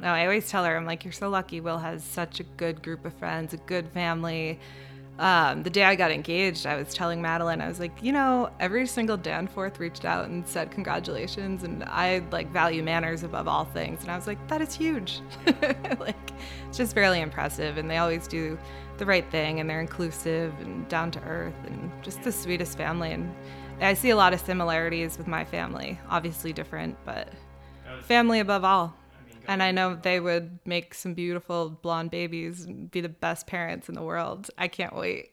No, I always tell her, I'm like, you're so lucky. Will has such a good group of friends, a good family. Um, the day I got engaged, I was telling Madeline, I was like, you know, every single Danforth reached out and said congratulations, and I like value manners above all things, and I was like, that is huge. like, it's just fairly impressive, and they always do the right thing, and they're inclusive and down to earth, and just the sweetest family. And I see a lot of similarities with my family. Obviously different, but family above all. And I know they would make some beautiful blonde babies and be the best parents in the world. I can't wait.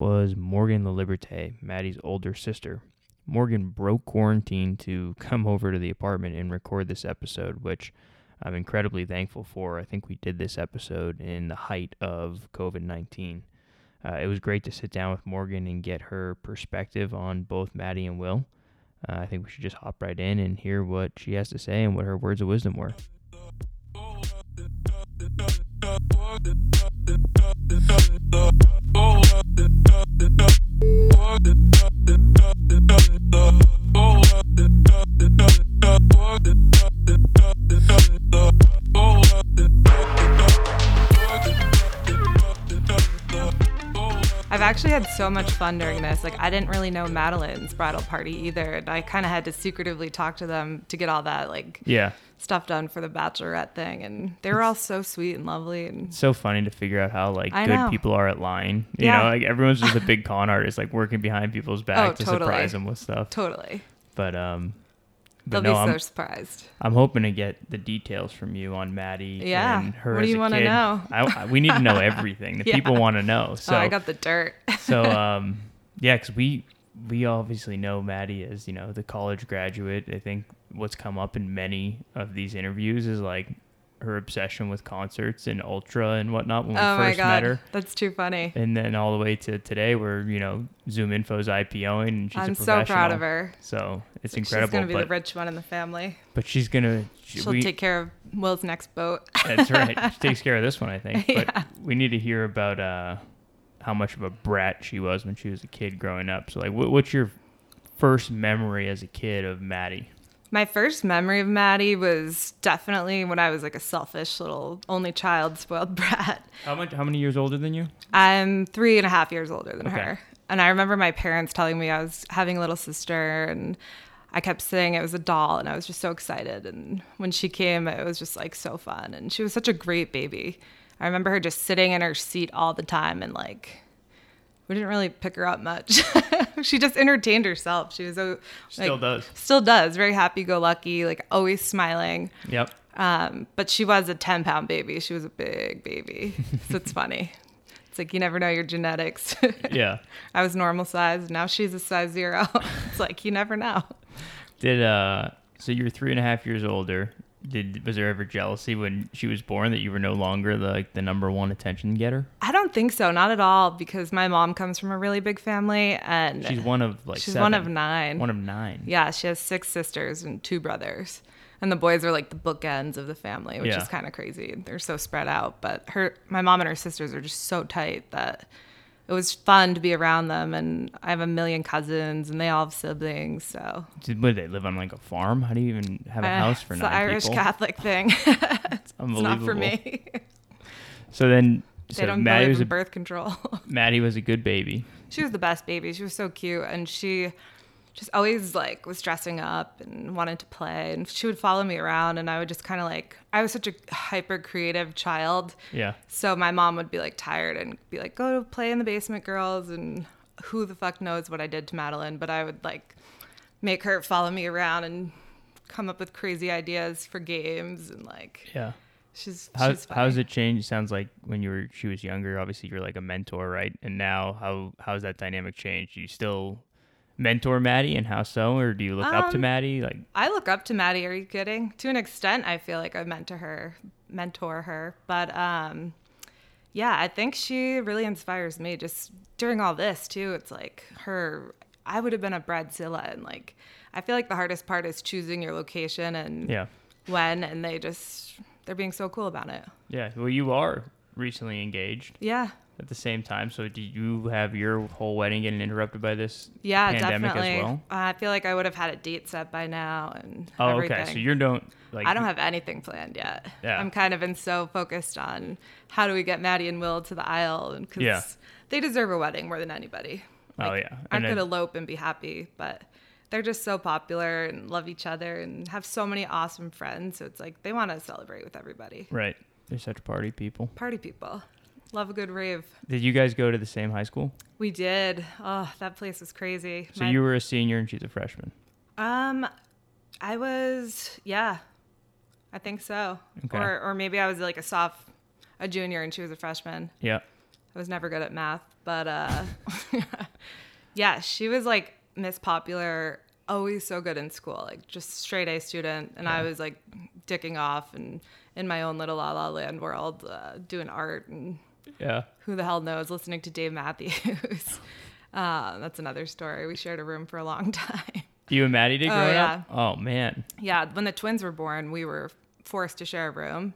was Morgan La Liberté, Maddie's older sister. Morgan broke quarantine to come over to the apartment and record this episode, which I'm incredibly thankful for. I think we did this episode in the height of COVID 19. Uh, it was great to sit down with Morgan and get her perspective on both Maddie and Will. Uh, I think we should just hop right in and hear what she has to say and what her words of wisdom were. I've actually had so much fun during this. Like, I didn't really know Madeline's bridal party either. And I kind of had to secretively talk to them to get all that, like, Yeah. stuff done for the bachelorette thing. And they were all so sweet and lovely. And so funny to figure out how like I good know. people are at lying. You Yeah. Oh, know, like everyone's just a big con artist, like working behind people's back to totally. surprise them with stuff. totally. But um, They'll but no, be so I'm surprised. I'm hoping to get the details from you on Maddie. Yeah. and her What do as you a wanna kid. know? I, I- we need to know everything that Yeah. people want to know. So oh, I got the dirt. so um, yeah, because we we obviously know Maddie as you know the college graduate. I think what's come up in many of these interviews is like her obsession with concerts and ultra and whatnot when we oh, my first met God. her That's too funny. and then all the way to today where you know zoom info's ipoing and she's I'm a so professional proud of her. so it's She's going incredible to be but, the rich one in the family. but she's gonna she- She'll we- take care of Will's next boat. that's right she takes care of this one i think but Yeah. we need to hear about uh how much of a brat she was when she was a kid growing up so like what, what's your first memory as a kid of maddie My first memory of Maddie was definitely when I was like a selfish little only child, spoiled brat. how much how many years older than you I'm three and a half years older than Okay. her. And I remember my parents telling me I was having a little sister, and I kept saying it was a doll, and I was just so excited. And when she came, it was just like so fun. And she was such a great baby. I remember her just sitting in her seat all the time, and like, we didn't really pick her up much. she just entertained herself. She was so, Still like- does. Still does. Very happy go lucky, like always smiling. yep Um, but she was a 10 pound baby. She was a big baby. So it's funny. It's like you never know your genetics. yeah I was normal size. Now she's a size zero. it's like you never know. did uh so you were three and a half years older did was there ever jealousy when she was born that you were no longer the, like the number one attention getter I don't think so. Not at all. Because my mom comes from a really big family and She's one of like. she's seven. one of nine. One of nine. yeah, she has six sisters and two brothers. And the boys are like the bookends of the family, which Yeah. is kind of crazy. They're so spread out, but her my mom and her sisters are just so tight that it was fun to be around them and I have a million cousins and they all have siblings, so Did, what, they live on like a farm? How do you even have a Uh, house for it's nine the Irish people? Catholic thing. it's Unbelievable. not for me. they So then, so don't Maddie believe was in a, birth control. Maddie was a good baby. she was the best baby. She was so cute, and she just always like was dressing up and wanted to play. And she would follow me around, and I would just kind of like I was such a hyper creative child. Yeah. So my mom would be like tired and be like, "Go play in the basement, girls." And who the fuck knows what I did to Madeline? But I would like make her follow me around and come up with crazy ideas for games and like Yeah. she's How, she's funny. how's it changed? Sounds like when you were she was younger. Obviously, you're like a mentor, right? And now, how how's that dynamic changed? Do you still mentor Maddie, and how so? Or do you look up to Um, Maddie? Like, I look up to Maddie. Are you kidding? To an extent, I feel like I meant to her, mentor her. But um, yeah, I think she really inspires me. Just during all this too, it's like her. I would have been a Bradzilla, and like I feel like the hardest part is choosing your location and yeah, when, and they just they're being so cool about it. yeah. Well, you are recently engaged. Yeah, at the same time. So, do you have your whole wedding getting interrupted by this? Yeah, Pandemic as definitely. well? I feel like I would have had a date set by now and Oh, everything. okay. So you don't like. I don't have anything planned yet. Yeah. I'm kind of been so focused on how do we get Maddie and Will to the aisle and 'cause Yeah. they deserve a wedding more than anybody. Oh, yeah. I And I- could elope and be happy, but they're just so popular and love each other and have so many awesome friends. So it's like they want to celebrate with everybody. Right. They're such party people. Party people. Love a good rave. Did you guys go to the same high school? We did. Oh, that place was crazy. So My- you were a senior and she's a freshman. Um, I was yeah, I think so. Okay. Or or maybe I was like a soph, a junior, and she was a freshman. Yeah. I was never good at math, but uh, yeah, she was like Miss Popular, always so good in school, like just straight A student, and I was like dicking off and in my own little la la land world, uh, doing art and Yeah. who the hell knows, listening to Dave Matthews. um, that's another story. We shared a room for a long time. You and Maddie did Oh, growing up? Oh, man. Yeah, when the twins were born, we were forced to share a room.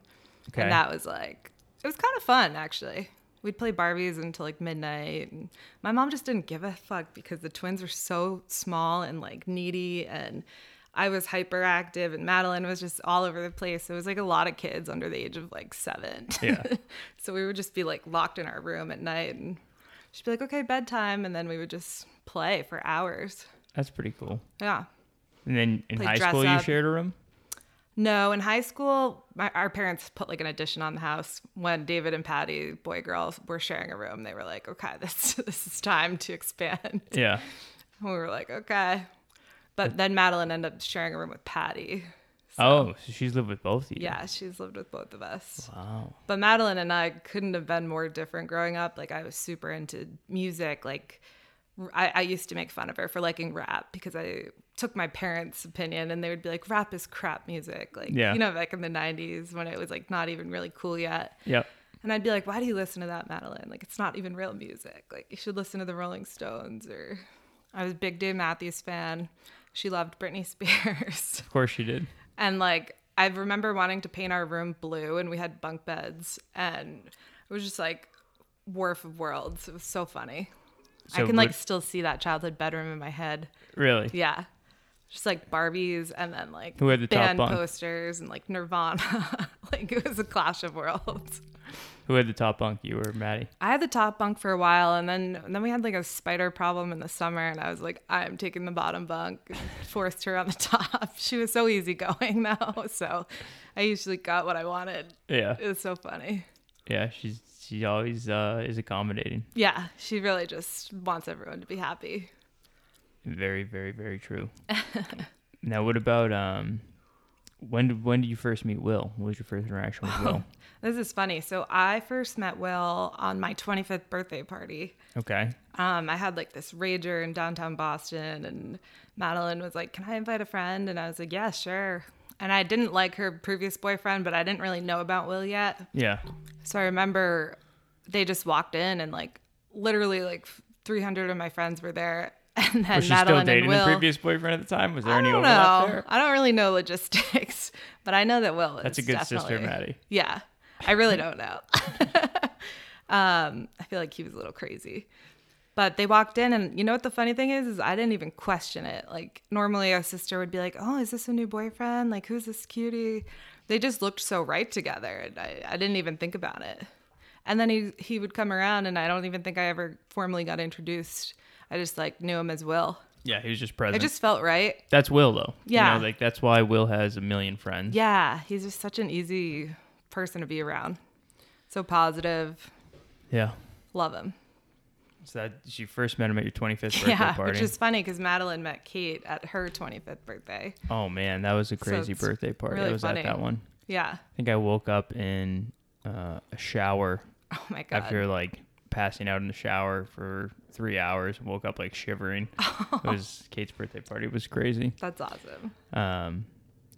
Okay. And that was like, it was kind of fun, actually. We'd play Barbies until like midnight. And my mom just didn't give a fuck because the twins were so small and like needy. And I was hyperactive, and Madeline was just all over the place. It was like a lot of kids under the age of like seven. Yeah. so we would just be like locked in our room at night. And she'd be like, okay, bedtime. And then we would just play for hours. That's pretty cool. Yeah. And then in Play high dress school, you up. shared a room? No, in high school, my, our parents put like an addition on the house when David and Patty, boy girl, were sharing a room. They were like, "Okay, this this is time to expand." And Yeah. we were like, "Okay," but then Madeline ended up sharing a room with Patty. Oh, so she's lived with both of you. Yeah, she's lived with both of us. Wow. But Madeline and I couldn't have been more different growing up. Like I was super into music. Like I, I used to make fun of her for liking rap because I took my parents' opinion and they would be like, "Rap is crap music." Like Yeah. you know, back in the '90s when it was like not even really cool yet. Yep. And I'd be like, "Why do you listen to that, Madeline? Like it's not even real music. Like you should listen to the Rolling Stones." Or I was a big Dave Matthews fan. She loved Britney Spears. Of course she did. And like I remember wanting to paint our room blue and we had bunk beds and it was just like wharf of worlds. It was so funny. I So can like would- still see that childhood bedroom in my head. Really? Yeah. Just like Barbies and then like Who had the top band bunk? posters and like Nirvana. like it was a clash of worlds. Who had the top bunk? You or Maddie? I had the top bunk for a while and then and then we had like a spider problem in the summer and I was like, I'm taking the bottom bunk and forced her on the top. She was so easygoing though, so I usually got what I wanted. Yeah. It was so funny. Yeah. She's she always uh, is accommodating. Yeah, she really just wants everyone to be happy. Very, very, very true. now, what about um, when did when did you first meet Will? What was your first interaction with Will? This is funny. So I first met Will on my 25th birthday party. Okay. um, I had like this rager in downtown Boston, and Madeline was like, "Can I invite a friend?" And I was like, "Yeah, sure." And I didn't like her previous boyfriend, but I didn't really know about Will yet. Yeah. So I remember they just walked in, and like literally like 300 of my friends were there, and then Was she Madeline still dating and Will. the previous boyfriend at the time? Was there I any don't overlap know. there? I don't really know logistics, but I know that Will is. That's a good sister, definitely- Maddie. Yeah, I really don't know. um, I feel like he was a little crazy, but they walked in, and you know what the funny thing is? Is I didn't even question it. Like normally, a sister would be like, "Oh, is this a new boyfriend? Like, who's this cutie?" They just looked so right together, and I, I didn't even think about it. And then he he would come around, and I don't even think I ever formally got introduced. I just like knew him as Will. Yeah, he was just It present. just felt right. That's Will though. Yeah. You know, like that's why Will has a million friends. Yeah, he's just such an easy person to be around. So positive. Yeah. Love him. So that she first met him at your 25th birthday yeah, party. which is funny because Madeline met Kate at her 25th birthday. oh man, that was a crazy it's birthday party. really I was funny. at that one. Yeah. I think I woke up in uh, a shower Oh my God. after like passing out in the shower for three hours. Woke up like shivering. it was Kate's birthday party. It was crazy. That's awesome. Um,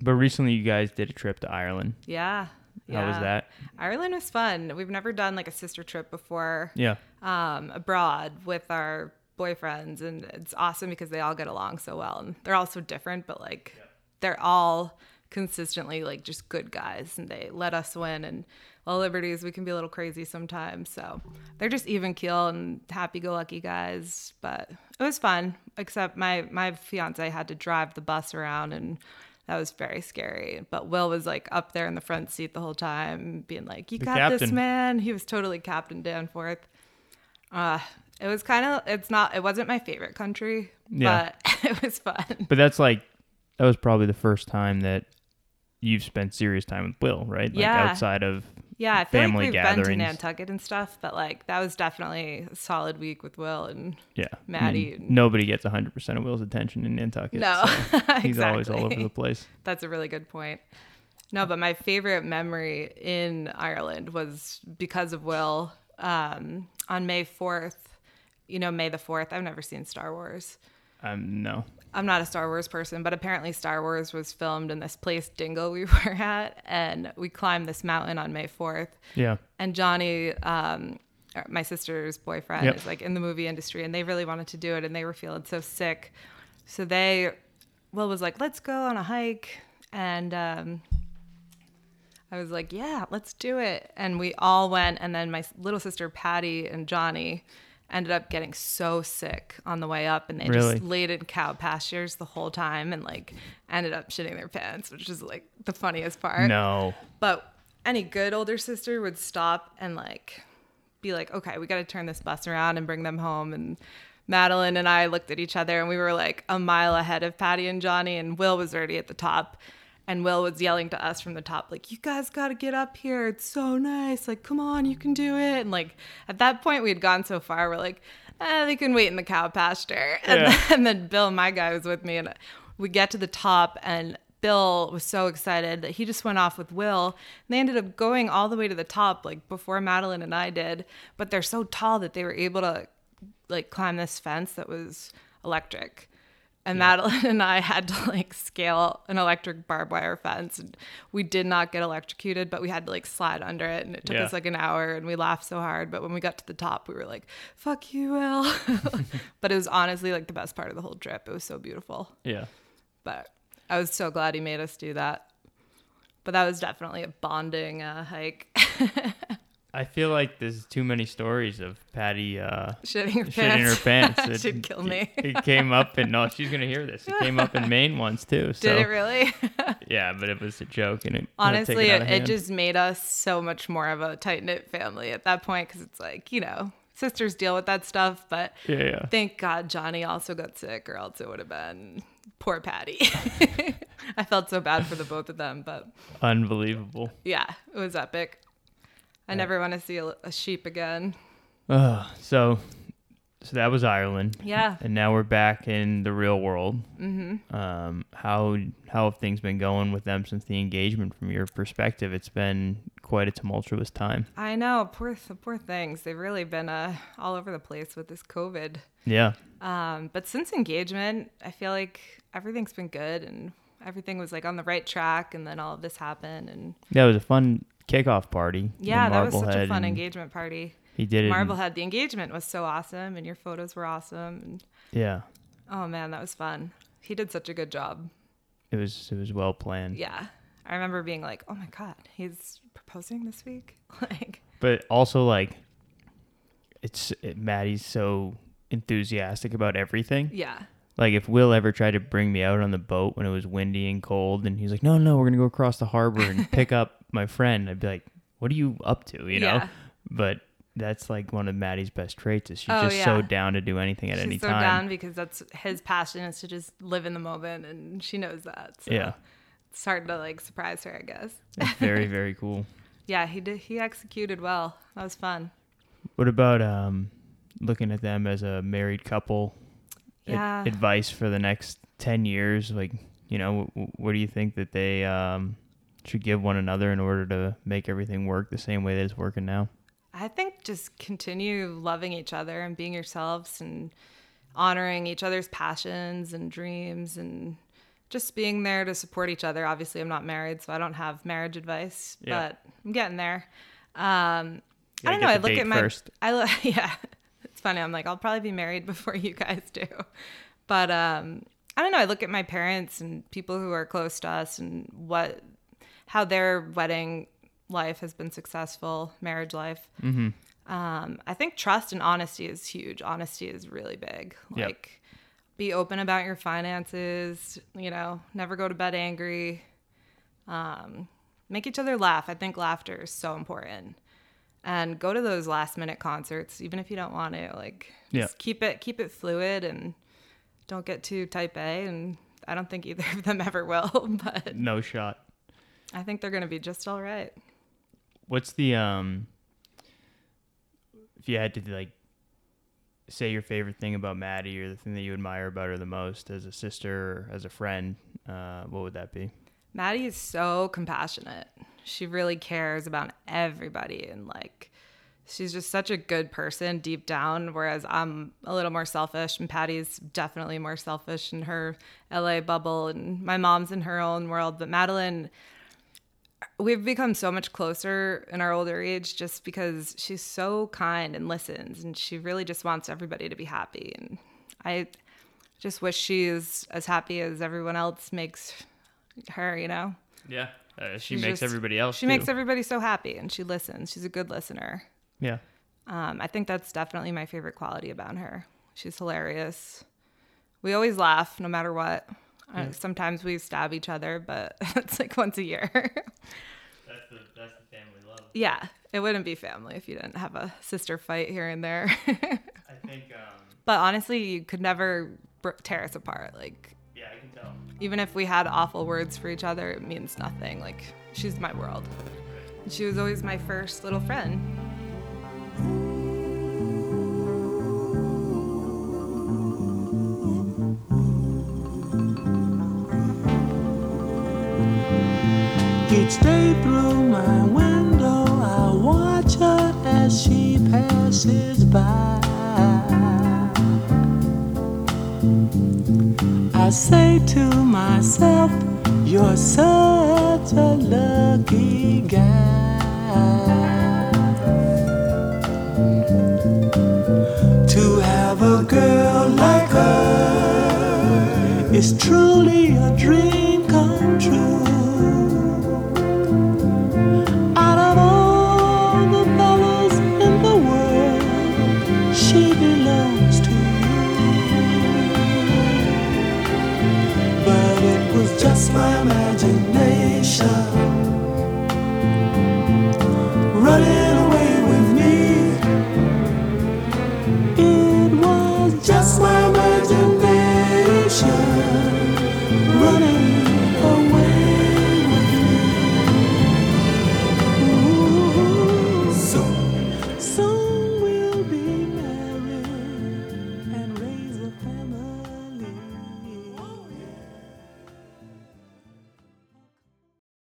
but recently you guys did a trip to Ireland. Yeah. How was yeah. that? Ireland was fun. We've never done like a sister trip before Yeah. um, abroad with our boyfriends. And it's awesome because they all get along so well. And they're all so different, but like they're all consistently like just good guys and they let us win and all liberties we can be a little crazy sometimes so they're just even keel and happy-go-lucky guys but it was fun except my my fiance had to drive the bus around and that was very scary but will was like up there in the front seat the whole time being like you The got this captain. man he was totally captain danforth uh it was kind of it's not it wasn't my favorite country Yeah. but it was fun But that's like that was probably the first time that you've spent serious time with Will, right? Yeah. Like outside of Yeah, I feel family like we've been to gatherings. Nantucket and stuff, but like that was definitely a solid week with Will and yeah, Maddie and- nobody gets 100% of Will's attention in Nantucket. no, so he's always all over exactly. the place. That's a really good point. No, but my favorite memory in Ireland was because of Will. Um, on May fourth, you know, May the fourth. I've never seen Star Wars. Um, no. I'm not a Star Wars person, but apparently Star Wars was filmed in this place Dingle we were at, and we climbed this mountain on May fourth. Yeah. and Johnny, um, or my sister's boyfriend, Yep. is like in the movie industry, and they really wanted to do it, and they were feeling so sick, so they, Will was like, "Let's go on a hike," and um, I was like, "Yeah, let's do it," and we all went, and then my s- little sister Patty and Johnny ended up getting so sick on the way up, and they Really? just laid in cow pastures the whole time, and like ended up shitting their pants, which is like the funniest part. No. But any good older sister would stop and like be like, okay, we got to turn this bus around and bring them home. And Madeline and I looked at each other and we were like a mile ahead of Patty and Johnny, and Will was already at the top. And Will was yelling to us from the top, like, you guys got to get up here. It's so nice. Like, come on, you can do it. And like, at that point, we had gone so far, we're like, eh, they can wait in the cow pasture. And, Yeah. then, and then Bill, my guy, was with me. And we get to the top, and Bill was so excited that he just went off with Will. And they ended up going all the way to the top, like before Madeline and I did. But they're so tall that they were able to like climb this fence that was electric. And Madeline and I had to like scale an electric barbed wire fence. And we did not get electrocuted, but we had to like slide under it. And it took Yeah. us like an hour and we laughed so hard. But when we got to the top, we were like, fuck you, Will. but it was honestly like the best part of the whole trip. It was so beautiful Yeah. but I was so glad he made us do that. But that was definitely a bonding uh, hike. I feel like there's too many stories of Patty uh, Shitting your pants. shit in her pants. She'd kill me. It, came up and no, she's gonna hear this. It came up in Maine once too. So Did it really? yeah, but it was a joke and it kinda took Honestly, it, it, out of it hand. just made us so much more of a tight knit family at that point because it's like, you know, sisters deal with that stuff. But yeah, yeah. thank God Johnny also got sick, or else it would have been poor Patty. I felt so bad for the both of them, but unbelievable. yeah, it was epic. I never want to see a, a sheep again. Ugh. so so that was Ireland, Yeah. and now we're back in the real world. Mm-hmm. Um, how how have things been going with them since the engagement? From your perspective, it's been quite a tumultuous time. I know, poor th- poor things. They've really been uh, all over the place with this COVID. Yeah, Um, but since engagement, I feel like everything's been good and everything was like on the right track. And then all of this happened, and that was a fun kickoff party. in yeah, that was such a Marblehead, fun and engagement party. He did it. in- Marblehead, the engagement was so awesome, and your photos were awesome. And yeah, oh man, that was fun. He did such a good job. it was it was well planned. Yeah, I remember being like, oh my god, he's proposing this week. like, but also like it's it, Maddie's so enthusiastic about everything. yeah, Like if Will ever tried to bring me out on the boat when it was windy and cold, and he's like, "No, no, we're gonna go across the harbor and pick up my friend," I'd be like, "What are you up to?" You know. Yeah. But that's like one of Maddie's best traits is she's Oh, just so yeah. down to do anything at She's any so time. down because that's his passion is to just live in the moment, and she knows that. So Yeah, it's hard to like surprise her, I guess. it's very very cool. Yeah, he did. He executed well. That was fun. What about um, looking at them as a married couple? ad- Yeah. advice for the next 10 years like you know w- what do you think that they um, should give one another in order to make everything work the same way that it's working now I think just continue loving each other and being yourselves and honoring each other's passions and dreams and just being there to support each other. Obviously, I'm not married, so I don't have marriage advice, Yeah. but I'm getting there. Um, I don't Gotta get know. I the look date at my. first. I look. Yeah, it's funny. I'm like, I'll probably be married before you guys do, but um, I I don't know. I look at my parents and people who are close to us and what, how their wedding life has been successful, marriage life. Um, I think trust and honesty is huge. Honesty is really big. Yep. Like, be open about your finances. You know, never go to bed angry. Um, make each other laugh. I think laughter is so important. And go to those last minute concerts, even if you don't want to. Like, Yeah. just keep it keep it fluid and don't get too type A. And I don't think either of them ever will, but No shot. I think they're gonna be just all right. What's the um? If you had to like say your favorite thing about Maddie or the thing that you admire about her the most as a sister or as a friend, uh, what would that be? Maddie is so compassionate. She really cares about everybody and like she's just such a good person deep down whereas I'm a little more selfish and Patty's definitely more selfish in her LA bubble and my mom's in her own world but Madeline we've become so much closer in our older age just because she's so kind and listens and she really just wants everybody to be happy and I just wish she is as happy as everyone else makes her, you know. Yeah, uh, she She's makes just- everybody else. She makes everybody so happy and she listens. She's a good listener. Yeah, Um, I think that's definitely my favorite quality about her. She's hilarious. We always laugh no matter what. Uh, Sometimes we stab each other, but it's like once a year. that's the that's the family love. yeah, it wouldn't be family if you didn't have a sister fight here and there. I think um, but honestly, you could never br- tear us apart. Like, yeah, I can tell. even if we had awful words for each other, it means nothing. Like, she's my world. She was always my first little friend. Each day through my window, I watch her as she passes by. I say to myself, You're such a lucky guy. To have a girl like her is truly a dream come true out of all the fellas in the world, she belongs to you. But it was just my imagination.